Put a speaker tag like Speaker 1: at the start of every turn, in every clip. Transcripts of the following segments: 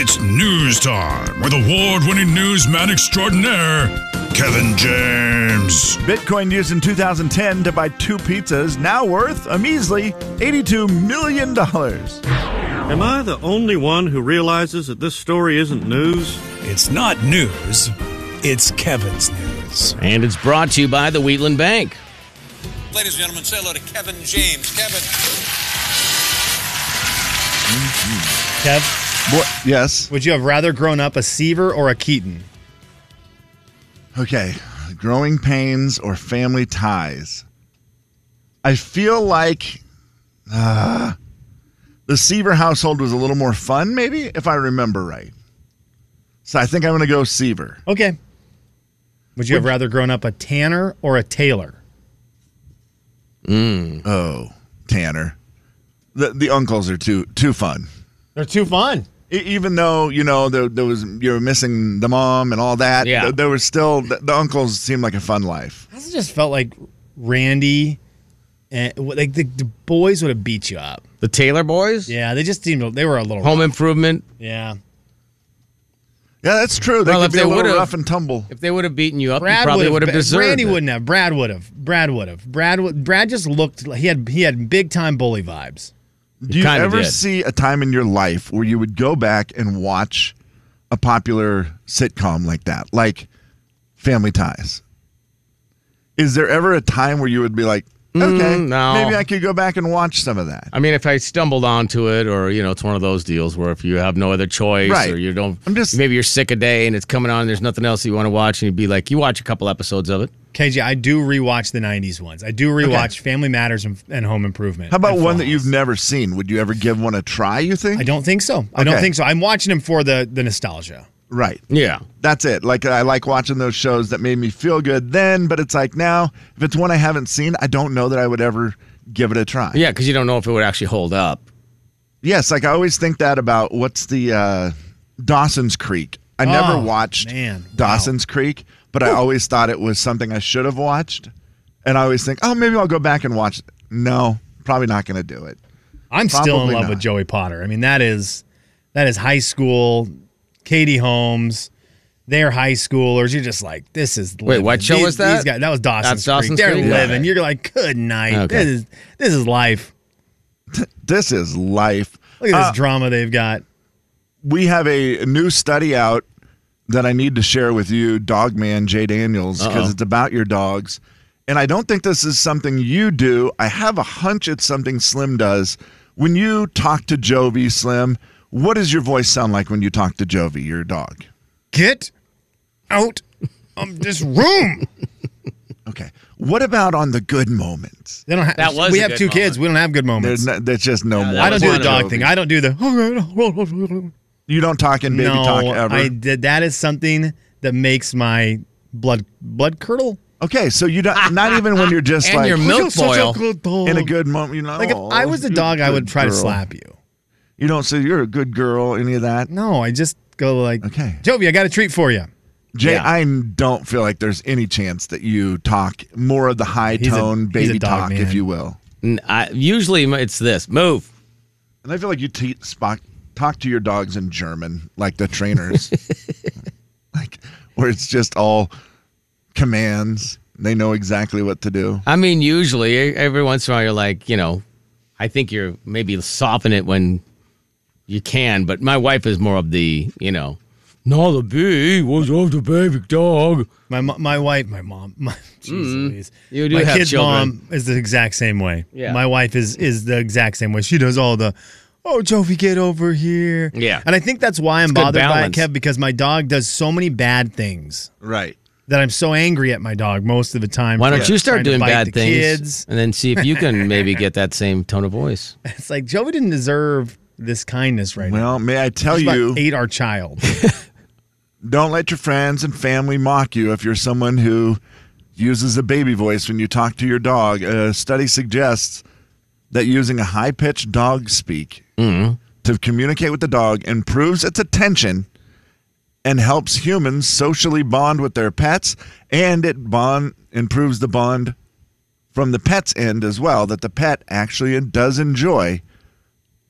Speaker 1: It's news time with award winning newsman extraordinaire, Kevin James.
Speaker 2: Bitcoin used in 2010 to buy two pizzas, now worth a measly $82 million.
Speaker 3: Am I the only one who realizes that this story isn't news?
Speaker 4: It's not news, it's Kevin's news.
Speaker 5: And it's brought to you by the Wheatland Bank.
Speaker 6: Ladies and gentlemen, say hello to Kevin James. Kevin.
Speaker 7: Kev,
Speaker 2: What? Yes.
Speaker 7: would you have rather grown up a Seaver or a Keaton?
Speaker 2: Okay. Growing pains or family ties. I feel like uh, the Seaver household was a little more fun, maybe, if I remember right. So I think I'm going to go Seaver.
Speaker 7: Okay. Would you have rather grown up a Tanner or a Taylor?
Speaker 2: Oh, Tanner. The, the uncles are too too fun.
Speaker 7: They're too fun.
Speaker 2: E- even though you know there, there was you were missing the mom and all that
Speaker 5: Yeah.
Speaker 2: th- there was still the, the uncles seemed like a fun life
Speaker 7: I also just felt like Randy and like the, the boys would have beat you up.
Speaker 5: The Taylor Boys?
Speaker 7: Yeah, they just seemed they were a little
Speaker 5: Home Improvement.
Speaker 7: Yeah.
Speaker 2: yeah that's true they
Speaker 5: Well,
Speaker 2: could
Speaker 5: if
Speaker 2: be
Speaker 5: they
Speaker 2: a little
Speaker 5: would've-
Speaker 2: rough and tumble
Speaker 5: If they would have beaten you up,
Speaker 7: Brad
Speaker 5: you probably would have
Speaker 7: but
Speaker 5: deserved
Speaker 7: Randy
Speaker 5: it.
Speaker 7: wouldn't have. Brad would have. Brad would have. Brad would. Brad just looked. like- He had. He had big time bully vibes.
Speaker 2: do you
Speaker 5: kinda
Speaker 2: ever
Speaker 5: did.
Speaker 2: see a time in your life where you would go back and watch a popular sitcom like that like family ties is there ever a time where you would be like okay
Speaker 5: Mm, no.
Speaker 2: maybe i could go back and watch some of that
Speaker 5: I mean, if I stumbled onto it, or you know, it's one of those deals where if you have no other choice,
Speaker 2: Right.
Speaker 5: or you don't,
Speaker 2: I'm just-
Speaker 5: maybe you're sick a day and it's coming on, and there's nothing else that you want to watch, and you'd be like, you watch a couple episodes of it.
Speaker 7: KJ, I do rewatch the '90s ones. I do rewatch Family Matters and, and Home Improvement.
Speaker 2: how about
Speaker 7: and
Speaker 2: one
Speaker 7: Full
Speaker 2: that you've
Speaker 7: House.
Speaker 2: never seen would you ever give one a try you think
Speaker 7: I don't think so. I don't
Speaker 2: Okay.
Speaker 7: think so. I'm watching them for the the nostalgia.
Speaker 2: right
Speaker 5: Yeah,
Speaker 2: that's it. Like I like watching those shows that made me feel good then, but it's like now if it's one I haven't seen, I don't know that I would ever give it a try.
Speaker 5: yeah, because you don't know if it would actually hold up.
Speaker 2: Yes, like I always think that about what's the uh Dawson's Creek. I never
Speaker 7: Oh,
Speaker 2: watched
Speaker 7: man. Wow.
Speaker 2: Dawson's Creek, but I always thought it was something I should have watched. And I always think, "Oh, maybe I'll go back and watch it." No, probably not going to do it.
Speaker 7: I'm still in
Speaker 2: Probably
Speaker 7: love
Speaker 2: not.
Speaker 7: with Joey Potter. I mean, that is that is high school. Katie Holmes, they're high schoolers. You're just like, this is living.
Speaker 5: what show
Speaker 7: These-
Speaker 5: was that?
Speaker 7: these guys- that was Dawson's,
Speaker 5: That's Dawson's
Speaker 7: Creek. They're
Speaker 5: Creek? Yeah.
Speaker 7: living. You're like, good night.
Speaker 5: Okay.
Speaker 7: This is this is life.
Speaker 2: This is life.
Speaker 7: Look at
Speaker 2: Uh,
Speaker 7: this drama they've got.
Speaker 2: we have a new study out that I need to share with you, dog man Jay Daniels, because it's about your dogs. And I don't think this is something you do. I have a hunch it's something Slim does. When you talk to Jovi, Slim, what does your voice sound like when you talk to Jovi, your dog?
Speaker 7: Get out of this room.
Speaker 2: Okay. What about on the good moments?
Speaker 7: They don't have.
Speaker 5: That was
Speaker 7: we
Speaker 5: a
Speaker 7: have
Speaker 5: good
Speaker 7: two kids. We don't have good moments.
Speaker 2: There's, no, there's just no more.
Speaker 7: I don't do
Speaker 5: That's
Speaker 7: the
Speaker 5: one of
Speaker 7: dog thing. I don't do the.
Speaker 2: You don't talk in baby
Speaker 7: no,
Speaker 2: talk ever.
Speaker 7: I did. That is something that makes my blood blood curdle.
Speaker 2: okay, so you don't. Not even when you're just
Speaker 5: And
Speaker 2: like
Speaker 5: your milk boil.
Speaker 2: in a good moment. You know,
Speaker 7: Like if I was Oh, a
Speaker 2: "Aw,
Speaker 7: dog, I
Speaker 2: good
Speaker 7: would try to
Speaker 2: girl."
Speaker 7: slap you.
Speaker 2: You don't say you're a good girl, any of that.
Speaker 7: No, I just go like,
Speaker 2: Okay.
Speaker 7: Jovi, I got a treat for you.
Speaker 2: Jay,
Speaker 5: Yeah.
Speaker 2: I don't feel like there's any chance that you talk more of the high
Speaker 7: He's a-
Speaker 2: tone
Speaker 7: he's a
Speaker 2: baby
Speaker 7: dog
Speaker 2: talk, if
Speaker 7: man.
Speaker 2: you will.
Speaker 5: N- I- usually, m- it's this move.
Speaker 2: And I feel like you te- spock, talk to your dogs in German, like the trainers, like where it's just all commands. They know exactly what to do.
Speaker 5: I mean, usually, e, every once in a while, you're like, you know, I think you're maybe soften it when you can, but my wife is more of the, you know, no, the bee was off the baby dog.
Speaker 7: My mo- my wife, my mom, my jeez Louise.
Speaker 5: Mm-hmm. You do
Speaker 7: my
Speaker 5: have
Speaker 7: kid's
Speaker 5: children.
Speaker 7: mom is the exact same way.
Speaker 5: Yeah.
Speaker 7: My wife is is the exact same way. She does all the, oh Jovi, get over here.
Speaker 5: Yeah.
Speaker 7: and I think that's why I'm
Speaker 5: good
Speaker 7: bothered by it,
Speaker 5: balance.
Speaker 7: Kev, because my dog does so many bad things
Speaker 2: Right.
Speaker 7: that I'm so angry at my dog most of the time.
Speaker 5: Why
Speaker 7: for
Speaker 5: don't you start
Speaker 7: trying to
Speaker 5: doing
Speaker 7: bite
Speaker 5: bad
Speaker 7: the
Speaker 5: things
Speaker 7: Kids.
Speaker 5: and then see if you can maybe get that same tone of voice?
Speaker 7: It's like Jovi didn't deserve this kindness right now.
Speaker 2: Well, may I tell
Speaker 7: Just about
Speaker 2: you,
Speaker 7: ate our child.
Speaker 2: don't let your friends and family mock you if you're someone who uses a baby voice when you talk to your dog. A study suggests that using a high pitched dog speak to communicate with the dog improves its attention and helps humans socially bond with their pets and it bond improves the bond from the pet's end as well that the pet actually does enjoy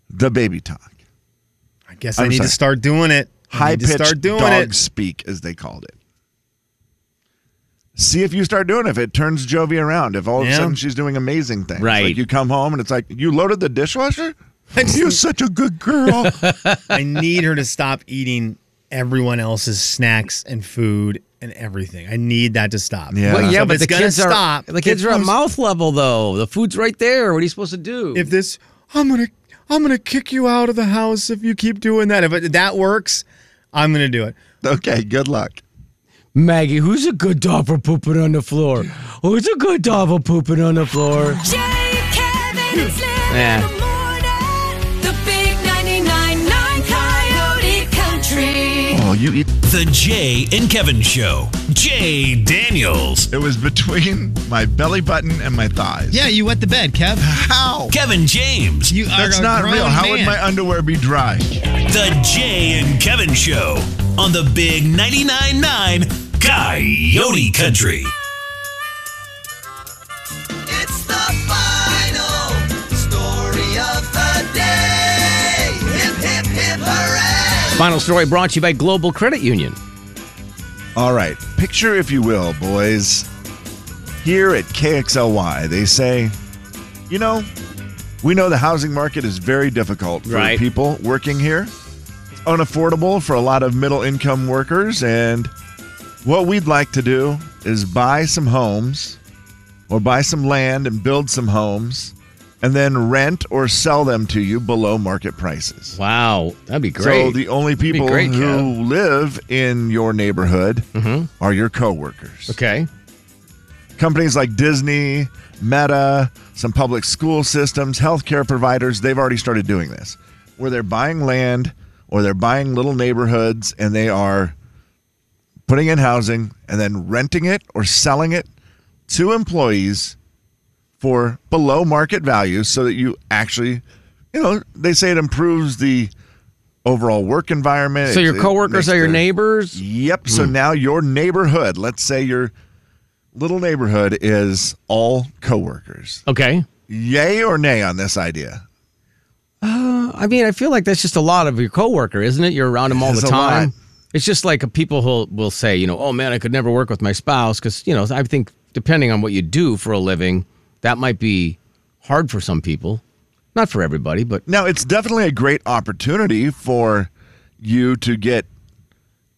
Speaker 2: the baby talk.
Speaker 7: I guess I
Speaker 2: I'm
Speaker 7: need
Speaker 2: sorry.
Speaker 7: to start doing it. I
Speaker 2: High
Speaker 7: need to
Speaker 2: pitched
Speaker 7: start doing
Speaker 2: dog
Speaker 7: it.
Speaker 2: speak, as they called it. See if you start doing it. If it turns Jovi around, if all of a
Speaker 7: Yeah.
Speaker 2: sudden she's doing amazing things.
Speaker 5: Right.
Speaker 2: Like you come home and it's like, you loaded the dishwasher? You're such a good girl.
Speaker 7: I need her to stop eating everyone else's snacks and food and everything. I need that to stop.
Speaker 2: Yeah.
Speaker 5: Well, yeah,
Speaker 7: So if
Speaker 5: but
Speaker 7: it's
Speaker 5: the
Speaker 7: gonna
Speaker 5: kids
Speaker 7: stop,
Speaker 5: are the kids
Speaker 7: it
Speaker 5: are at
Speaker 7: goes-
Speaker 5: mouth level though. The food's right there. What are you supposed to do?
Speaker 7: If this, I'm gonna, I'm gonna kick you out of the house if you keep doing that. If it, that works, I'm gonna do it.
Speaker 2: okay, good luck.
Speaker 5: Maggie, who's a good dog for pooping on the floor? Who's a good dog for pooping on the floor?
Speaker 8: Jay, Kevin, and Slim
Speaker 5: Yeah.
Speaker 8: in the morning. The big 99.9 Coyote Country.
Speaker 2: Oh, you eat.
Speaker 4: The Jay and Kevin Show. Jay Daniels.
Speaker 2: It was between my belly button and my thighs.
Speaker 9: Yeah, you wet the bed, Kev.
Speaker 2: How?
Speaker 4: Kevin James.
Speaker 9: You are
Speaker 2: That's
Speaker 9: a
Speaker 2: not
Speaker 9: grown
Speaker 2: real. How would
Speaker 9: man.
Speaker 2: my underwear be dry?
Speaker 4: The Jay and Kevin Show on the Big 99.9 9 Coyote Country.
Speaker 10: It's the final story of the day. Hip, hip, hip, hooray!
Speaker 5: Final story brought to you by Global Credit Union.
Speaker 2: All right, picture, if you will, boys. Here at KXLY, they say, you know, we know the housing market is very difficult for
Speaker 5: Right.
Speaker 2: people working here. It's unaffordable for a lot of middle income workers. And what we'd like to do is buy some homes or buy some land and build some homes and then rent or sell them to you below market prices.
Speaker 5: Wow, that'd be great.
Speaker 2: So the only
Speaker 5: be
Speaker 2: people
Speaker 5: great,
Speaker 2: who
Speaker 5: Kev. Mm-hmm.
Speaker 2: live in your neighborhood are your coworkers.
Speaker 5: okay,
Speaker 2: Companies like Disney, Meta, some public school systems, healthcare providers, they've already started doing this. Where they're buying land or they're buying little neighborhoods and they are putting in housing and then renting it or selling it to employees for below market value so that you actually you know, they say it improves the overall work environment.
Speaker 5: so
Speaker 2: It-
Speaker 5: your
Speaker 2: it
Speaker 5: coworkers
Speaker 2: makes
Speaker 5: are your
Speaker 2: their-
Speaker 5: neighbors.
Speaker 2: Yep. So now your neighborhood, let's say your little neighborhood is all coworkers.
Speaker 5: Okay,
Speaker 2: Yay or nay on this idea?
Speaker 5: I mean, I feel like that's just a lot of your coworker, isn't it? You're around them all
Speaker 2: It's
Speaker 5: the
Speaker 2: a
Speaker 5: time.
Speaker 2: lot.
Speaker 5: It's just like a people who will say, you know, oh man, I could never work with my spouse because you know I think depending on what you do for a living, that might be hard for some people, not for everybody, but
Speaker 2: Now, it's definitely a great opportunity for you to get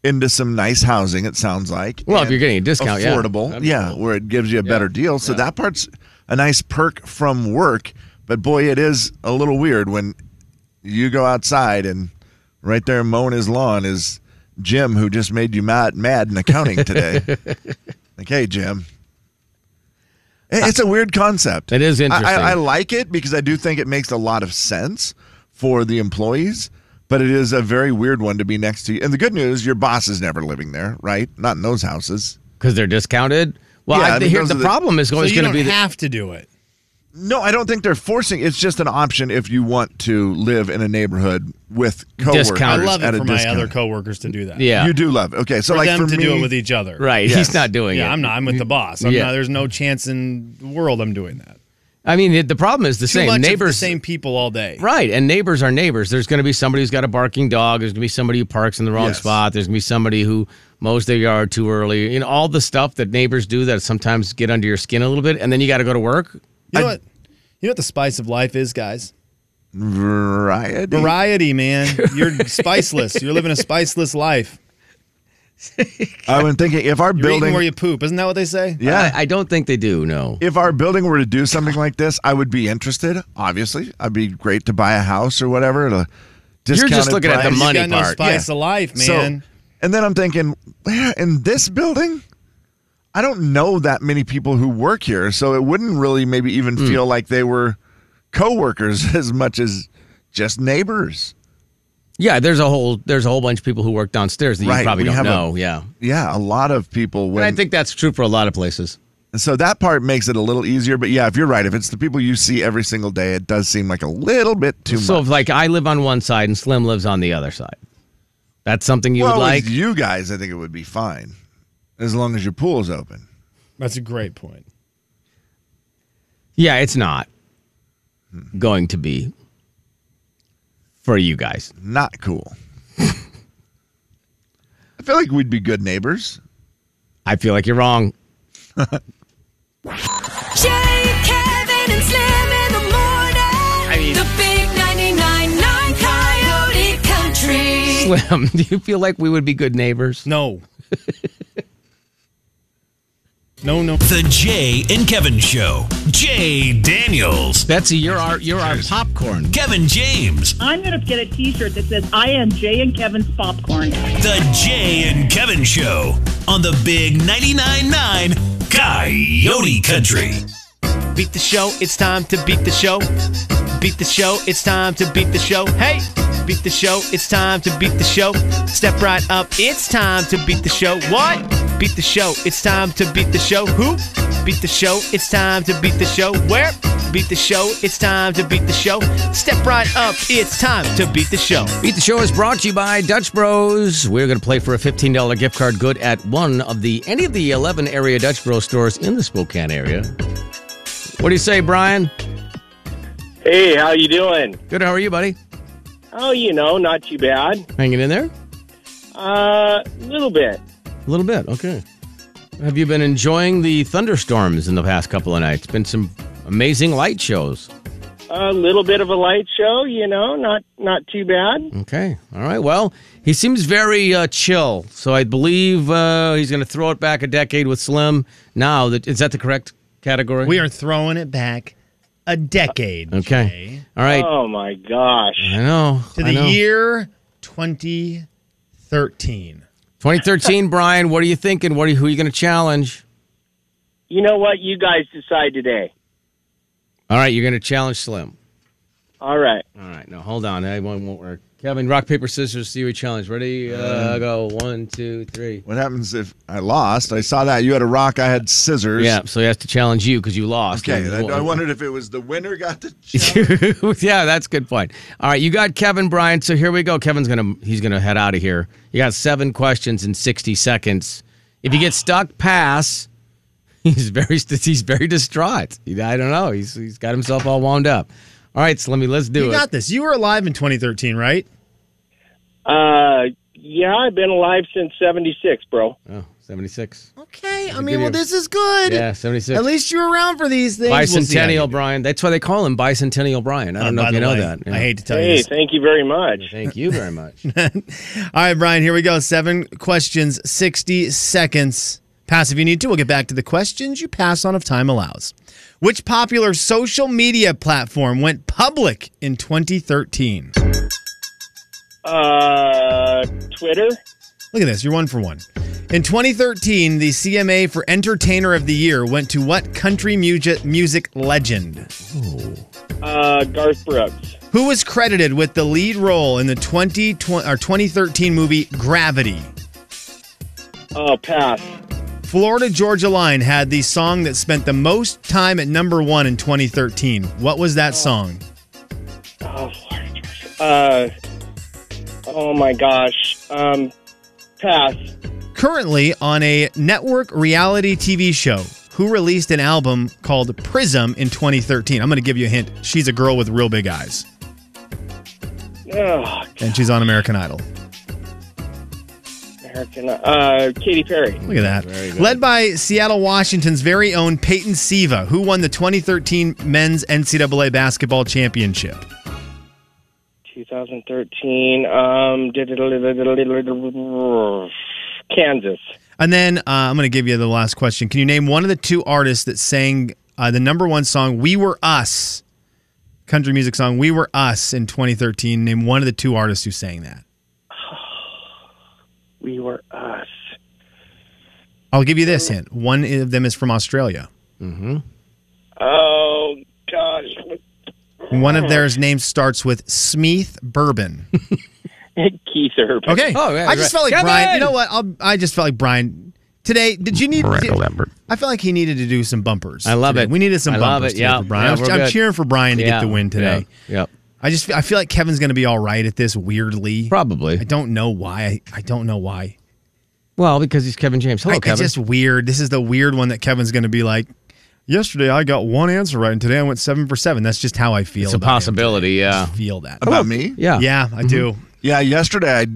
Speaker 2: into some nice housing, it sounds like.
Speaker 5: Well, if
Speaker 2: and
Speaker 5: you're getting a discount, yeah.
Speaker 2: affordable,
Speaker 5: That'd be
Speaker 2: yeah, where it gives you a better deal. So that part's a nice perk from work. But boy, it is a little weird when you go outside and right there mowing his lawn is Jim, who just made you mad, mad in accounting today. like, hey, Jim. It- It's a weird concept.
Speaker 5: It is
Speaker 2: I-
Speaker 5: interesting.
Speaker 2: I, I like it because I do think it makes a lot of sense for the employees, but it is a very weird one to be next to you. And the good news, your boss is never living there, right? Not in those houses.
Speaker 5: because they're discounted. Well,
Speaker 2: Yeah,
Speaker 5: I,
Speaker 2: I mean,
Speaker 5: here,
Speaker 2: those
Speaker 5: the
Speaker 2: are the-
Speaker 5: problem is
Speaker 7: So
Speaker 5: always
Speaker 7: you
Speaker 5: going to
Speaker 7: don't
Speaker 5: be the,
Speaker 7: have to do it.
Speaker 2: No, I don't think they're forcing. It's just an option if you want to live in a neighborhood with coworkers
Speaker 5: Discount.
Speaker 7: I
Speaker 5: Hours
Speaker 7: love
Speaker 2: at
Speaker 7: it
Speaker 2: a
Speaker 7: for my
Speaker 2: discount.
Speaker 7: other coworkers to do that.
Speaker 5: yeah,
Speaker 2: You do love. it. Okay, so
Speaker 7: for
Speaker 2: like
Speaker 7: them
Speaker 2: for
Speaker 7: to
Speaker 2: me,
Speaker 7: do it with each other.
Speaker 5: right.
Speaker 2: Yes.
Speaker 5: He's not doing it.
Speaker 7: Yeah, I'm not. I'm with the boss. I'm
Speaker 5: Yeah.
Speaker 7: not, there's no chance in the world I'm doing that.
Speaker 5: I mean, the, the problem is the
Speaker 7: Too
Speaker 5: same.
Speaker 7: much of
Speaker 5: neighbors,
Speaker 7: the same people all day.
Speaker 5: right? And neighbors are neighbors. There's going to be somebody who's got a barking dog. There's going to be somebody who parks in the wrong
Speaker 2: Yes.
Speaker 5: spot. There's going to be somebody who mows their yard too early. You know, all the stuff that neighbors do that sometimes get under your skin a little bit, and then you got to go to work.
Speaker 7: You know what? You know what the spice of life is, guys?
Speaker 2: variety.
Speaker 7: Variety, man. You're spiceless. You're living a spiceless life.
Speaker 2: I've been thinking if our
Speaker 7: You're
Speaker 2: building,
Speaker 7: eating where you poop. Isn't that what they say?
Speaker 2: yeah,
Speaker 5: I, I don't think they do. No.
Speaker 2: if our building were to do something like this, I would be interested. Obviously, I'd be great to buy a house or whatever. At a
Speaker 5: just
Speaker 2: discounted
Speaker 5: looking at the
Speaker 2: price.
Speaker 5: money.
Speaker 7: you got no
Speaker 5: part,
Speaker 7: spice
Speaker 2: yeah.
Speaker 7: of life,
Speaker 2: So-
Speaker 7: man.
Speaker 2: and then I'm thinking, "Where in this building, I don't know that many people who work here, so it wouldn't really maybe even
Speaker 5: Hmm.
Speaker 2: feel like they were coworkers as much as just neighbors.
Speaker 5: Yeah, there's a whole there's a whole bunch of people who work downstairs that you
Speaker 2: Right,
Speaker 5: probably
Speaker 2: we
Speaker 5: don't
Speaker 2: have a-
Speaker 5: know. yeah,
Speaker 2: Yeah, a lot of people. When,
Speaker 5: and I think that's true for a lot of places.
Speaker 2: so that part makes it a little easier. But yeah, if you're right, if it's the people you see every single day, it does seem like a little bit too
Speaker 5: So,
Speaker 2: much.
Speaker 5: if, like, I live on one side and Slim lives on the other side. That's something you
Speaker 2: well,
Speaker 5: would like.
Speaker 2: with you guys, I think it would be fine as long as your pool's open.
Speaker 7: That's a great point.
Speaker 2: Hmm.
Speaker 5: Yeah, it's not going to be for you guys.
Speaker 2: Not cool. I feel like we'd be good neighbors.
Speaker 5: I feel like you're wrong.
Speaker 8: Jay, Kevin, and Slim in the morning.
Speaker 5: I mean-
Speaker 8: the big 99.9 Coyote Country.
Speaker 5: Slim, do you feel like we would be good neighbors?
Speaker 7: No. no, no.
Speaker 4: The Jay and Kevin Show. Jay Daniels.
Speaker 5: Betsy, you're our you're our popcorn.
Speaker 4: Kevin James.
Speaker 9: I'm going to get a t shirt that says, I am Jay and Kevin's popcorn.
Speaker 4: The Jay and Kevin Show on the Big 99.9 9 Coyote Country.
Speaker 11: Beat the show, it's time to beat the show. Beat the show, it's time to beat the show. Hey! Beat the show, it's time to beat the show. Step right up, it's time to beat the show. What? Beat the show, it's time to beat the show. Who? Beat the show, it's time to beat the show. Where? Beat the show, it's time to beat the show. Step right up, it's time to beat the show.
Speaker 5: Beat the Show is brought to you by Dutch Bros. We're going to play for a $15 gift card good at one of the any of the 11 area Dutch Bros stores in the Spokane area. What do you say, Brian?
Speaker 9: Hey, how you doing?
Speaker 5: Good, how are you, buddy?
Speaker 9: Oh, you know, not too bad.
Speaker 5: Hanging in there?
Speaker 9: Uh, a little bit.
Speaker 5: A little bit, okay. Have you been enjoying the thunderstorms in the past couple of nights? Been some amazing light shows.
Speaker 9: A little bit of a light show, you know, not not too bad.
Speaker 5: Okay. All right. Well, he seems very uh, chill, so I believe uh, he's going to throw it back a decade with Slim. Now, that is that the correct category?
Speaker 7: We are throwing it back a decade.
Speaker 5: okay. All right.
Speaker 9: Oh my gosh.
Speaker 5: I know.
Speaker 7: Jay, To
Speaker 5: I
Speaker 7: the
Speaker 5: know.
Speaker 7: year 2013.
Speaker 5: 2013, Brian. What are you thinking? What are you, who are you going to challenge?
Speaker 9: You know what? You guys decide today.
Speaker 5: All right, you're going to challenge Slim.
Speaker 9: All right.
Speaker 5: All right. No, hold on. That one won't work. Kevin, rock paper scissors. See your challenge. Ready? Uh, go. One, two, three.
Speaker 2: What happens if I lost? I saw that you had a rock. I had scissors.
Speaker 5: Yeah. So he has to challenge you because you lost.
Speaker 2: Okay.
Speaker 5: And-
Speaker 2: I, I wondered if it was the winner got the.
Speaker 5: yeah, that's a good point. All right, you got Kevin Bryant. So here we go. Kevin's gonna he's gonna head out of here. You got seven questions in sixty seconds. If you get stuck, pass. He's very st- he's very distraught. I don't know. He's he's got himself all wound up. All right, Slimmy, let's do
Speaker 7: You
Speaker 5: it.
Speaker 7: got this. You were alive in 2013, right?
Speaker 9: Uh, yeah, I've been alive since '76, bro.
Speaker 5: oh, 76.
Speaker 7: Okay. I
Speaker 5: give
Speaker 7: mean, well,
Speaker 5: you-
Speaker 7: this is good.
Speaker 5: Yeah, 76.
Speaker 7: At least you're around for these things. We'll see how
Speaker 5: Bicentennial
Speaker 7: you do.
Speaker 5: Brian. That's why they call him Bicentennial Brian. I
Speaker 7: Uh,
Speaker 5: don't know
Speaker 7: by
Speaker 5: if you
Speaker 7: the
Speaker 5: know
Speaker 7: way,
Speaker 5: that. Yeah.
Speaker 7: I hate to tell you
Speaker 9: Hey,
Speaker 7: this.
Speaker 9: thank you very much.
Speaker 5: Thank you very much.
Speaker 7: All right, Brian, here we go. Seven questions, 60 seconds. Pass if you need to. We'll get back to the questions you pass on if time allows. Which popular social media platform went public in 2013?
Speaker 9: Uh, Twitter.
Speaker 7: Look at this. You're one for one. In 2013, the CMA for Entertainer of the Year went to what country music, music legend?
Speaker 9: Uh, Garth Brooks.
Speaker 7: Who was credited with the lead role in the 20, or 2013 movie Gravity?
Speaker 9: Oh, pass.
Speaker 7: Florida Georgia Line had the song that spent the most time at number one in 2013. What was that song?
Speaker 9: Oh, Lord. Uh, oh my gosh. Um, pass.
Speaker 7: Currently on a network reality TV show, who released an album called Prism in 2013? I'm going to give you a hint. She's a girl with real big eyes,
Speaker 9: Oh,
Speaker 7: and she's on American Idol.
Speaker 9: American. Uh, Katy Perry.
Speaker 7: Look at that. Led by Seattle, Washington's very own Peyton Siva, who won the 2013 men's NCAA basketball championship.
Speaker 9: 2013. Um, Kansas.
Speaker 7: And then uh, I'm going to give you the last question. Can you name one of the two artists that sang uh, the number one song "We Were Us," country music song "We Were Us" in 2013? Name one of the two artists who sang that.
Speaker 9: We were us.
Speaker 7: I'll give you this hint: one of them is from Australia.
Speaker 9: Oh gosh.
Speaker 7: One of theirs names starts with Smeath Bourbon.
Speaker 9: Keith Urban.
Speaker 7: Okay.
Speaker 5: Oh, yeah,
Speaker 7: I
Speaker 5: right.
Speaker 7: just felt like
Speaker 5: Kevin!
Speaker 7: Brian. You know what? I'll, I just felt like Brian today. Did you need? did- I felt like he needed to do some bumpers.
Speaker 5: I love
Speaker 7: today.
Speaker 5: it.
Speaker 7: We needed some
Speaker 5: I love
Speaker 7: bumpers
Speaker 5: it.
Speaker 7: today
Speaker 5: Yeah.
Speaker 7: for Brian.
Speaker 5: Yeah,
Speaker 7: I was-
Speaker 5: we're
Speaker 7: I'm
Speaker 5: good.
Speaker 7: cheering for Brian to
Speaker 5: yeah,
Speaker 7: get the win today.
Speaker 5: Yeah, yep.
Speaker 7: I just I feel like Kevin's going to be all right at this weirdly.
Speaker 5: Probably.
Speaker 7: I don't know why. I, I don't know why.
Speaker 5: Well, because he's Kevin James. Hello,
Speaker 7: I-
Speaker 5: Kevin.
Speaker 7: It's just weird. This is the weird one that Kevin's going to be like, Yesterday I got one answer right, and today I went seven for seven. That's just how I feel.
Speaker 5: It's a
Speaker 7: about it.
Speaker 5: possibility, Mm-hmm. yeah.
Speaker 7: Feel that
Speaker 2: About me?
Speaker 5: Yeah.
Speaker 7: Yeah, I do.
Speaker 2: Yeah, yesterday I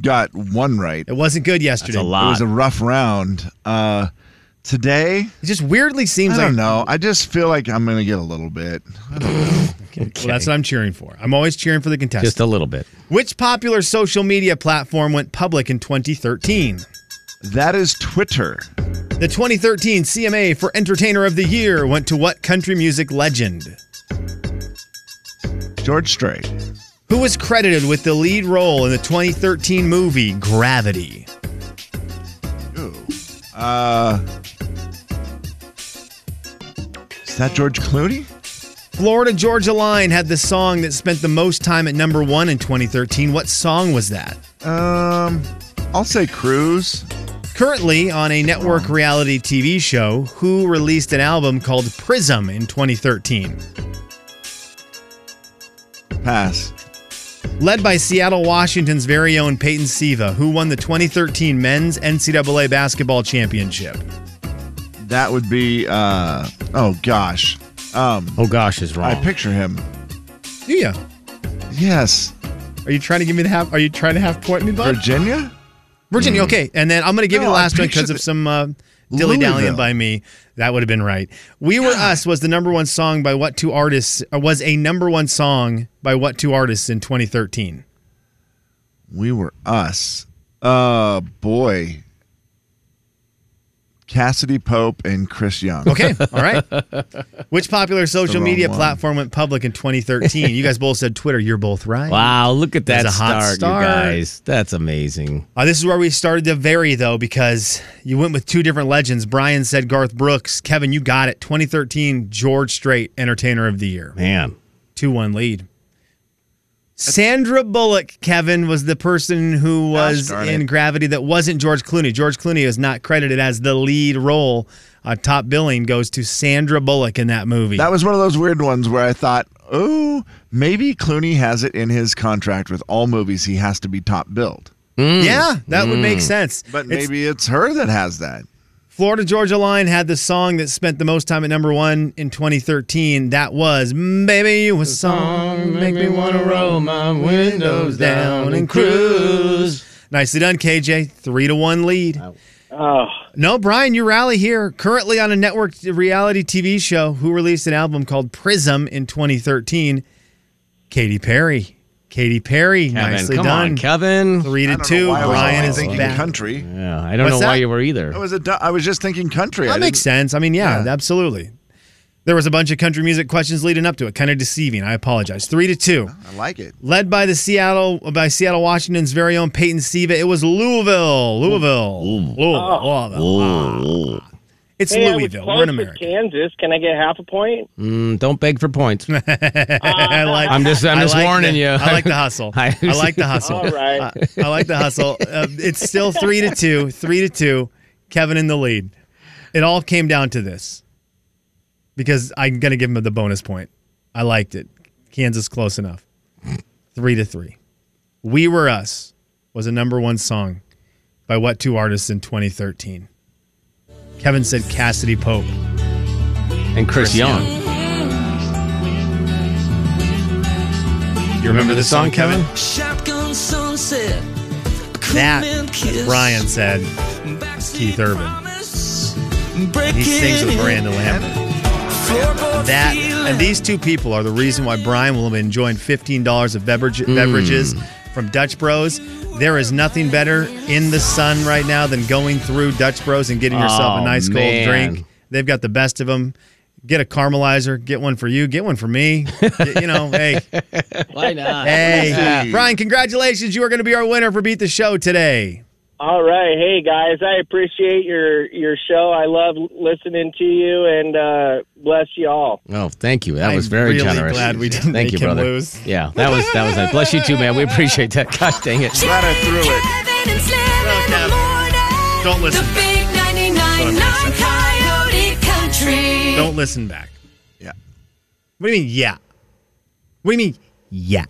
Speaker 2: got one right.
Speaker 7: It wasn't good yesterday.
Speaker 5: That's a lot.
Speaker 2: It was a rough round. Uh, today,
Speaker 7: It just weirdly
Speaker 2: I
Speaker 7: seems like
Speaker 2: don't know. I just feel like I'm going to get a little bit.
Speaker 7: Well, that's what I'm cheering for. I'm always cheering for the contestants.
Speaker 5: Just a little bit.
Speaker 7: Which popular social media platform went public in 2013?
Speaker 2: That is Twitter.
Speaker 7: The 2013 CMA for Entertainer of the Year went to what country music legend?
Speaker 2: George Strait.
Speaker 7: Who was credited with the lead role in the 2013 movie Gravity?
Speaker 2: Ooh. Uh, is that George Clooney?
Speaker 7: Florida Georgia Line had the song that spent the most time at number one in 2013. What song was that?
Speaker 2: Um, I'll say Cruise.
Speaker 7: Currently on a network reality TV show, Who released an album called Prism in 2013?
Speaker 2: Pass.
Speaker 7: Led by Seattle, Washington's very own Peyton Siva, who won the 2013 Men's NCAA Basketball Championship.
Speaker 2: That would be. Uh, oh gosh. Um,
Speaker 5: Oh gosh, is
Speaker 2: I
Speaker 5: wrong.
Speaker 2: picture him.
Speaker 7: Do you?
Speaker 2: Yes,
Speaker 7: Are you trying to give me the half? Are you trying to half point me, bud?
Speaker 2: Virginia.
Speaker 7: Virginia, okay. And then I'm going to give you
Speaker 2: Mm. No,
Speaker 7: the
Speaker 2: I
Speaker 7: last one because
Speaker 2: pictured
Speaker 7: of some uh, dilly dallying
Speaker 2: Louisville.
Speaker 7: by me. That would have been right. We Were Us was the number one song by what two artists? Or was a number one song by what two artists in 2013?
Speaker 2: We were us. Uh, boy. Cassidy Pope and Chris Young.
Speaker 7: Okay, all right. Which popular social
Speaker 2: wrong
Speaker 7: media
Speaker 2: one.
Speaker 7: platform went public in 2013? You guys both said Twitter. You're both right.
Speaker 5: Wow, look at that
Speaker 7: That's a hot
Speaker 5: start,
Speaker 7: start.
Speaker 5: you guys. That's amazing.
Speaker 7: Uh, this is where we started to vary, though, because you went with two different legends. Brian said Garth Brooks. Kevin, you got it. 2013 George Strait Entertainer of the Year.
Speaker 5: Man.
Speaker 7: 2 1 lead. Sandra Bullock, Kevin, was the person who
Speaker 2: Gosh
Speaker 7: was
Speaker 2: darn
Speaker 7: in
Speaker 2: it.
Speaker 7: Gravity that wasn't George Clooney. George Clooney is not credited as the lead role. Uh, top billing goes to Sandra Bullock in that movie.
Speaker 2: That was one of those weird ones where I thought, oh, maybe Clooney has it in his contract with all movies he has to be top billed.
Speaker 7: yeah, that would make sense.
Speaker 2: Hmm. But
Speaker 7: It's-
Speaker 2: maybe it's her that has that.
Speaker 7: Florida Georgia Line had the song that spent the most time at number one in 2013. That was "Baby You a Song Make Me Wanna Roll My Windows Down and Cruise." Nicely done, KJ. Three to one lead.
Speaker 9: Oh,
Speaker 7: No, Brian, you rally here. Currently on a network reality TV show, who released an album called Prism in 2013? Katy Perry. Katy Perry.
Speaker 5: Kevin,
Speaker 7: Nicely
Speaker 5: come
Speaker 7: done.
Speaker 5: on, Kevin.
Speaker 7: Three
Speaker 2: I
Speaker 7: to
Speaker 2: don't know
Speaker 7: two.
Speaker 2: why I was
Speaker 7: Brian
Speaker 2: only
Speaker 7: is
Speaker 2: thinking
Speaker 7: back.
Speaker 2: country.
Speaker 5: Yeah, I don't
Speaker 7: What's
Speaker 5: know why
Speaker 7: that?
Speaker 5: you were either.
Speaker 2: I was a du- I was just thinking country. I
Speaker 7: That makes
Speaker 2: didn't-
Speaker 7: sense. I mean, yeah,
Speaker 2: Yeah.
Speaker 7: absolutely. There was a bunch of country music questions leading up to it, kind of deceiving. I apologize. Three to two,
Speaker 2: I like it.
Speaker 7: led by the Seattle by Seattle Washington's very own Peyton Siva. It was Louisville, Louisville, Louisville. Louisville. It's
Speaker 9: Oh. hey, I was
Speaker 7: Louisville.
Speaker 9: close
Speaker 7: We're in
Speaker 9: with
Speaker 7: America.
Speaker 9: Kansas. Can I get half a point?
Speaker 5: Mm, don't beg for points.
Speaker 9: uh,
Speaker 7: I like.
Speaker 5: I'm just, I'm
Speaker 7: I
Speaker 5: just
Speaker 7: like
Speaker 5: warning
Speaker 7: the-
Speaker 5: you.
Speaker 7: I like the hustle. I, like the hustle.
Speaker 9: All right.
Speaker 7: I, I like the hustle. Uh, it's still three to two. Three to two. Kevin in the lead. It all came down to this because I'm going to give him the bonus point. I liked it. Kansas close enough. Three to three. We Were Us was a number one song by what two artists in 2013? Kevin said Cassidy Pope.
Speaker 5: and Chris, Young.
Speaker 7: You
Speaker 5: Remember the song, Kevin?
Speaker 10: Shotgun sunset.
Speaker 7: That, as Brian said, Keith Urban. he sings with Miranda Lambert. That and these two people are the reason why Brian will be enjoying fifteen dollars of beverage,
Speaker 5: Hmm.
Speaker 7: beverages from Dutch Bros. There is nothing better in the sun right now than going through Dutch Bros and getting yourself a
Speaker 5: Oh,
Speaker 7: nice
Speaker 5: man.
Speaker 7: cold drink. They've got the best of them. Get a caramelizer. Get one for you. Get one for me. Get- you know, hey,
Speaker 5: Why not?
Speaker 7: hey, Brian, congratulations! You are going to be our winner for Beat the Show today.
Speaker 9: All right, hey guys, I appreciate your your show. I love listening to you, and uh, bless you all.
Speaker 5: Oh, thank you. That was
Speaker 7: I'm
Speaker 5: very
Speaker 7: really
Speaker 5: generous.
Speaker 7: glad we didn't
Speaker 5: thank
Speaker 7: make
Speaker 5: you,
Speaker 7: him
Speaker 5: brother.
Speaker 7: lose.
Speaker 5: Yeah, that was that was nice. Bless you too, man. We appreciate that. Gosh dang it.
Speaker 2: Glad I threw it.
Speaker 8: Kevin and Slim in
Speaker 7: Kev.
Speaker 8: the morning.
Speaker 7: Don't listen.
Speaker 8: The big 99
Speaker 7: Don't listen.
Speaker 8: Coyote Country.
Speaker 7: Don't listen back.
Speaker 2: Yeah.
Speaker 7: What do you mean, yeah? What do you mean, yeah?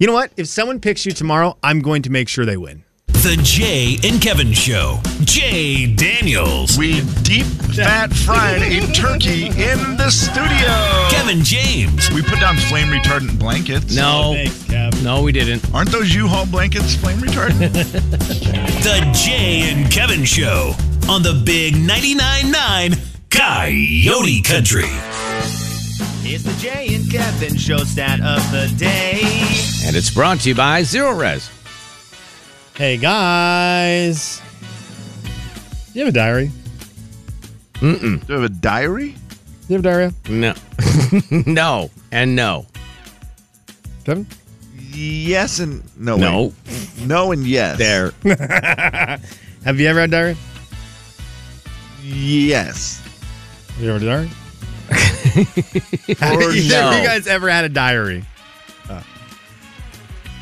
Speaker 7: You know what? If someone picks you tomorrow, I'm going to make sure they win.
Speaker 4: the Jay and Kevin Show. Jay Daniels.
Speaker 2: We deep fat fried a turkey in the studio.
Speaker 4: Kevin James.
Speaker 2: We put down flame retardant blankets.
Speaker 5: No. No, we didn't.
Speaker 2: Aren't those U-Haul blankets flame retardant?
Speaker 4: The Jay and Kevin Show on the Big 99.9 9 Coyote Country.
Speaker 11: It's the Jay and Kevin show stat of the day.
Speaker 5: And it's brought to you by Zero Res.
Speaker 7: Hey guys, do you have a diary?
Speaker 5: Mm-mm.
Speaker 2: Do you have a diary?
Speaker 7: Do you have a diary?
Speaker 5: No. no. And no.
Speaker 7: Kevin?
Speaker 2: Yes and no.
Speaker 5: No.
Speaker 2: wait. No and yes.
Speaker 5: There.
Speaker 7: Have you ever had diarrhea?
Speaker 2: Yes.
Speaker 7: Have you ever had diarrhea?
Speaker 5: Or
Speaker 7: Have either of you
Speaker 5: no.
Speaker 7: guys ever had a diary?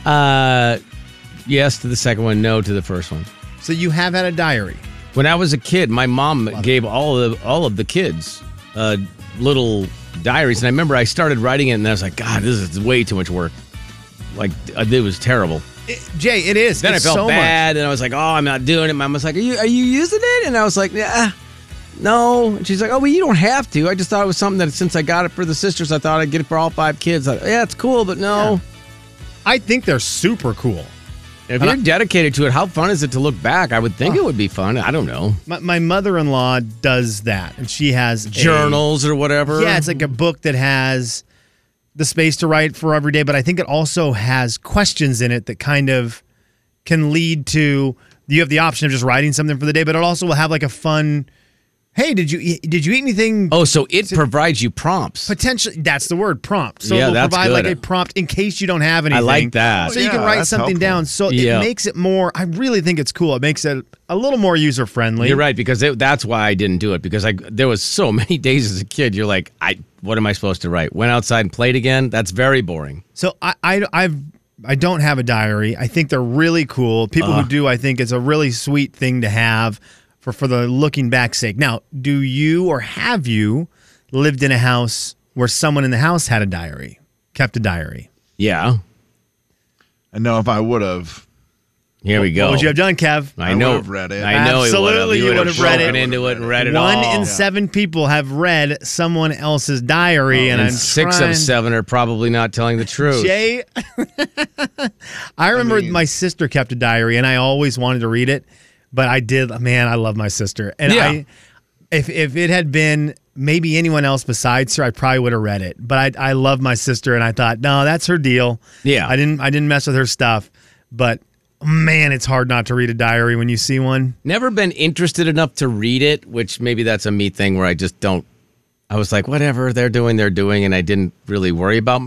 Speaker 5: Uh, yes to the second one, no to the first one.
Speaker 7: So you have had a diary.
Speaker 5: When I was a kid, my mom gave all of all of the kids uh, little diaries, and I remember I started writing it, and I was like, "God, this is way too much work." Like uh, it was terrible.
Speaker 7: It- Jay, it is.
Speaker 5: Then
Speaker 7: It's
Speaker 5: I felt
Speaker 7: so
Speaker 5: bad, and I was like, "Oh, I'm not doing it." Mom was like, "Are you are you using it?" And I was like, "Yeah, no." And she's like, "Oh, well, you don't have to. I just thought it was something that since I got it for the sisters, I thought I'd get it for all five kids. I, yeah, it's cool, but no."
Speaker 7: Much. I think they're super cool.
Speaker 5: If you're dedicated to it, how fun is it to look back? I would think it would be fun. I don't know.
Speaker 7: My, my mother-in-law does that, and she has a-
Speaker 5: Journals or whatever.
Speaker 7: Yeah, it's like a book that has the space to write for every day, but I think it also has questions in it that kind of can lead to you have the option of just writing something for the day, but it also will have like a fun. Hey, did you eat, did you eat anything?
Speaker 5: Oh, so it provides you prompts.
Speaker 7: Potentially, that's the word prompt. So
Speaker 5: Yeah,
Speaker 7: it will
Speaker 5: that's
Speaker 7: provide like
Speaker 5: good.
Speaker 7: a prompt in case you don't have anything.
Speaker 5: I like that.
Speaker 7: So you can
Speaker 2: Yeah,
Speaker 7: write
Speaker 2: that's
Speaker 7: something
Speaker 2: helpful.
Speaker 7: down. So
Speaker 5: Yeah.
Speaker 7: it makes it more. I really think it's cool. It makes it a little more user friendly.
Speaker 5: You're right because it, that's why I didn't do it because I there was so many days as a kid. You're like, I what am I supposed to write? Went outside and played again. That's very boring.
Speaker 7: So I, I I've I don't have a diary. I think they're really cool. People
Speaker 5: Uh-huh.
Speaker 7: who do, I think it's a really sweet thing to have for for the looking back sake. Now, do you or have you lived in a house where someone in the house had a diary, kept a diary?
Speaker 5: Yeah.
Speaker 2: I know if I would have.
Speaker 5: Here we go.
Speaker 7: What would you have done, Kev?
Speaker 5: I,
Speaker 2: I
Speaker 5: know.
Speaker 2: would've read it.
Speaker 5: I know. he
Speaker 7: Absolutely,
Speaker 5: would've. He
Speaker 7: you
Speaker 5: would've
Speaker 7: would've read it.
Speaker 5: broken into it and read it
Speaker 7: One
Speaker 5: all.
Speaker 7: in seven people have read someone else's diary, and,
Speaker 5: And
Speaker 7: I'm
Speaker 5: six
Speaker 7: trying-
Speaker 5: of seven are probably not telling the truth.
Speaker 7: Jay, I remember
Speaker 2: mean-
Speaker 7: my sister kept a diary, and I always wanted to read it, but I did. Man, I love my sister, and
Speaker 5: Yeah.
Speaker 7: I, if if it had been maybe anyone else besides her, I probably would have read it. But I I love my sister, and I thought, no, that's her deal.
Speaker 5: Yeah.
Speaker 7: I didn't I didn't mess with her stuff, but man, it's hard not to read a diary when you see one.
Speaker 5: Never been interested enough to read it, which maybe that's a me thing where I just don't. I was like, whatever they're doing, they're doing, and I didn't really worry about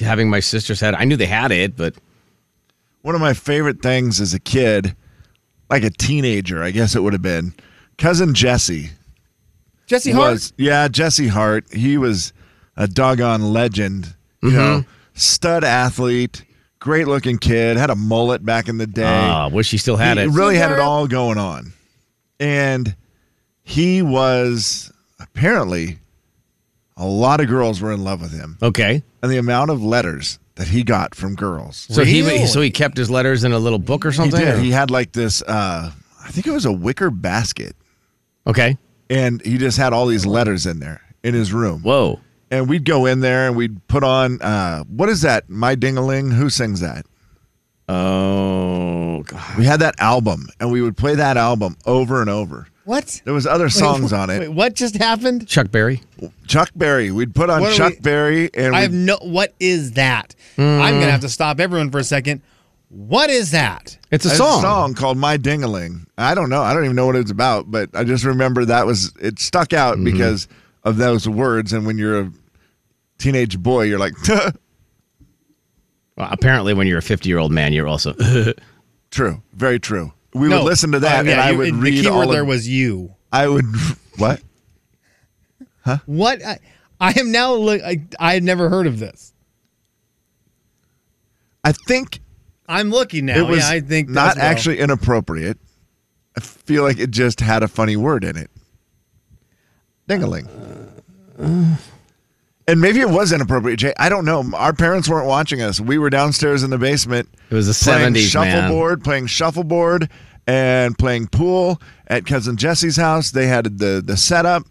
Speaker 5: having my sisters had. I knew they had it, but
Speaker 2: One of my favorite things as a kid, like a teenager, I guess it would have been, cousin Jesse.
Speaker 7: Jesse
Speaker 2: was yeah Jesse Hart. He was a doggone legend. You
Speaker 5: Mm-hmm.
Speaker 2: know, stud athlete, great looking kid. Had a mullet back in the day.
Speaker 5: ah, wish he still had
Speaker 2: he
Speaker 5: it.
Speaker 2: really had it all going on, and he was apparently a lot of girls were in love with him,
Speaker 5: Okay.
Speaker 2: and the amount of letters that he got from girls.
Speaker 5: So he so he kept his letters in a little book or
Speaker 2: He
Speaker 5: something.
Speaker 2: did.
Speaker 5: or-
Speaker 2: He had like this. Uh, I think it was a wicker basket,
Speaker 5: okay.
Speaker 2: and he just had all these letters in there in his room.
Speaker 5: Whoa.
Speaker 2: and we'd go in there and we'd put on uh, what is that? My Dingaling. Who sings that?
Speaker 5: Oh God.
Speaker 2: We had that album, and we would play that album over and over.
Speaker 7: What?
Speaker 2: There was other songs on it.
Speaker 7: Wait, what just happened?
Speaker 5: Chuck Berry.
Speaker 2: Chuck Berry. We'd put on
Speaker 7: What are
Speaker 2: Chuck
Speaker 7: we-
Speaker 2: Berry, and Mm.
Speaker 7: I have
Speaker 2: we'd-
Speaker 7: no. What is that? I'm gonna have to stop everyone for a second. What is that?
Speaker 5: It's a
Speaker 2: there's
Speaker 5: song.
Speaker 2: called "My Dingaling." I don't know. I don't even know what it's about, but I just remember that was it stuck out
Speaker 7: Mm-hmm.
Speaker 2: because of those words. And when you're a teenage boy, you're like,
Speaker 5: Well, apparently, when you're a 50 year old man, you're also
Speaker 2: "True, very true." We
Speaker 7: No.
Speaker 2: would listen to that,
Speaker 7: Oh, yeah,
Speaker 2: and I
Speaker 7: you-
Speaker 2: would
Speaker 7: and The
Speaker 2: read
Speaker 7: key
Speaker 2: all
Speaker 7: word
Speaker 2: of.
Speaker 7: there was you.
Speaker 2: I would what?
Speaker 7: What? I, I am now. Look, I, I had never heard of this.
Speaker 2: I think
Speaker 7: I'm looking now.
Speaker 2: it was
Speaker 7: yeah, I think
Speaker 2: not
Speaker 7: as well.
Speaker 2: actually inappropriate. I feel like it just had a funny word in it. Dingaling. And maybe it was inappropriate, Jay. I don't know. Our parents weren't watching us. We were downstairs in the basement.
Speaker 5: It was the
Speaker 2: playing
Speaker 5: 70s, man.
Speaker 2: Shuffleboard, playing shuffleboard, and playing pool at cousin Jesse's house. They had the the setup,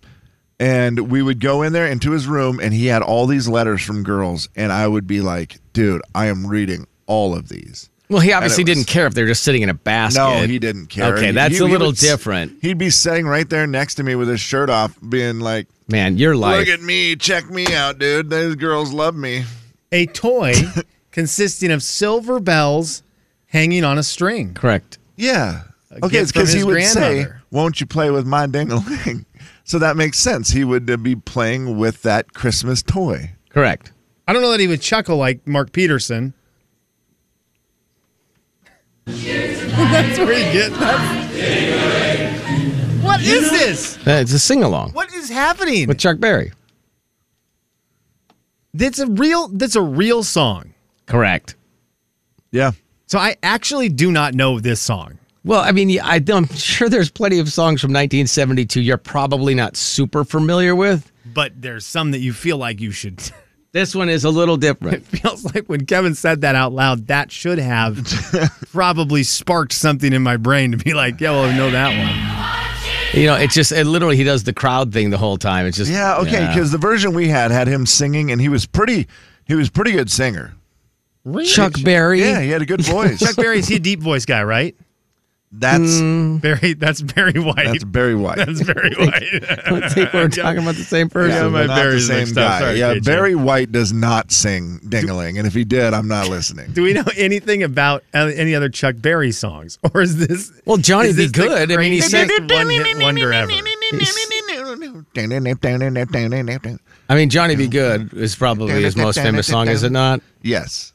Speaker 2: and we would go in there into his room, and he had all these letters from girls, and I would be like, "Dude, I am reading all of these."
Speaker 5: Well, he
Speaker 2: And it
Speaker 5: obviously
Speaker 2: was-
Speaker 5: didn't care if they're just sitting in a basket.
Speaker 2: No, he didn't care.
Speaker 5: Okay,
Speaker 2: He- he-
Speaker 5: that's a
Speaker 2: he
Speaker 5: little
Speaker 2: would s-
Speaker 5: different.
Speaker 2: He'd be sitting right there next to me with his shirt off, being like,
Speaker 5: Man, your life.
Speaker 2: "Look at me, check me out, dude. Those girls love me."
Speaker 7: A toy consisting of silver bells hanging on a string.
Speaker 5: Correct.
Speaker 2: Yeah.
Speaker 7: A
Speaker 2: Okay,
Speaker 7: gift
Speaker 2: it's because
Speaker 7: from
Speaker 2: he
Speaker 7: his
Speaker 2: would say,
Speaker 7: grandmother.
Speaker 2: "Won't you play with my ding-a-ling?" So that makes sense. He would uh, be playing with that Christmas toy.
Speaker 5: Correct.
Speaker 7: I don't know that he would chuckle like Mark Peterson. That's where you get that. What is this?
Speaker 5: Uh, It's a sing along
Speaker 7: What is happening?
Speaker 5: with Chuck Berry.
Speaker 7: That's a real. That's a real song.
Speaker 5: Correct.
Speaker 2: Yeah.
Speaker 7: So I actually do not know this song.
Speaker 5: Well, I mean, I, I'm sure there's plenty of songs from 1972 you're probably not super familiar with.
Speaker 7: but there's some that you feel like you should.
Speaker 5: This one is a little different.
Speaker 7: Feels like when Kevin said that out loud, that should have probably sparked something in my brain to be like, yeah, well, I know that one.
Speaker 5: You know, it's just, it literally, he does the crowd thing the whole time. It's just,
Speaker 2: Yeah. Okay, because the version we had had him singing, and he was pretty. He was a pretty good singer.
Speaker 5: Chuck Berry.
Speaker 2: Yeah, he had a good voice.
Speaker 7: Chuck Berry is he a deep voice guy, right?
Speaker 2: That's
Speaker 7: Barry, that's Barry White.
Speaker 2: that's
Speaker 7: That's,
Speaker 2: Barry White.
Speaker 7: Barry White.
Speaker 5: I think we're talking about the same person.
Speaker 7: Yeah, my
Speaker 2: They're not the
Speaker 7: Barry's
Speaker 2: same
Speaker 7: mixed up.
Speaker 2: guy.
Speaker 7: Sorry,
Speaker 2: yeah,
Speaker 7: KJ.
Speaker 2: Barry White does not sing ding-a-ling, and if he did, I'm not listening.
Speaker 7: Do we know anything about uh, any other Chuck Berry songs, or is this
Speaker 5: Well, Johnny
Speaker 7: is
Speaker 5: Be
Speaker 7: this the
Speaker 5: Good. I mean, he
Speaker 7: greatest
Speaker 5: sang-
Speaker 7: one-hit wonder ever.
Speaker 5: I mean, Johnny Be Good is probably his most famous song, is it not?
Speaker 2: Yes.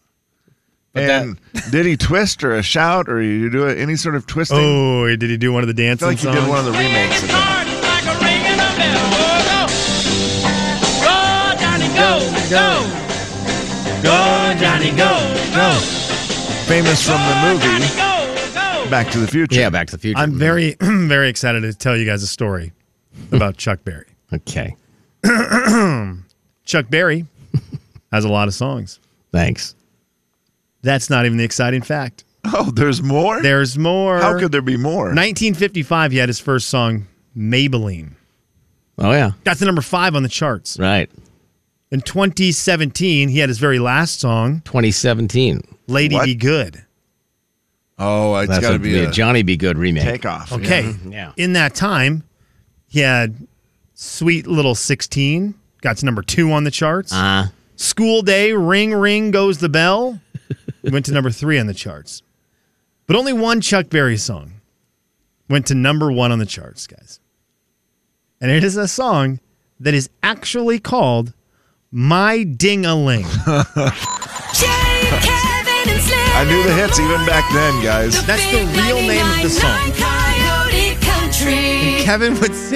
Speaker 5: But
Speaker 2: and did he twist or a shout or you do any sort of twisting?
Speaker 7: Oh, did he do one of the
Speaker 2: I feel
Speaker 7: dancing
Speaker 2: like he
Speaker 7: songs?
Speaker 2: did one of the remakes. Of that. Famous from the movie Back to the Future.
Speaker 5: Yeah, Back to the Future.
Speaker 7: I'm very, very excited to tell you guys a story about Chuck Berry.
Speaker 5: Okay.
Speaker 7: Chuck Berry has a lot of songs.
Speaker 5: Thanks.
Speaker 7: That's not even the exciting fact.
Speaker 2: Oh, there's more.
Speaker 7: There's more.
Speaker 2: How could there be more?
Speaker 7: 1955, he had his first song, Maybelline.
Speaker 5: Oh, yeah.
Speaker 7: Got to number five on the charts.
Speaker 5: Right.
Speaker 7: In 2017, he had his very last song,
Speaker 5: 2017.
Speaker 7: Lady
Speaker 2: What?
Speaker 7: Be Good.
Speaker 2: Oh, it's
Speaker 5: That's
Speaker 2: got to
Speaker 5: a,
Speaker 2: be a,
Speaker 5: Johnny Be Good remake.
Speaker 2: takeoff.
Speaker 7: Okay.
Speaker 5: Yeah.
Speaker 7: In that time, he had Sweet Little 16, got to number two on the charts.
Speaker 5: Uh,
Speaker 7: School Day, Ring Ring Goes the Bell. went to number three on the charts. But only one Chuck Berry song went to number one on the charts, guys. And it is a song that is actually called My Ding a Ling.
Speaker 8: Jay, Kevin, and Slim.
Speaker 2: I knew the hits even back then, guys.
Speaker 7: That's the real name of the song.
Speaker 8: Coyote Country.
Speaker 7: Kevin would sing.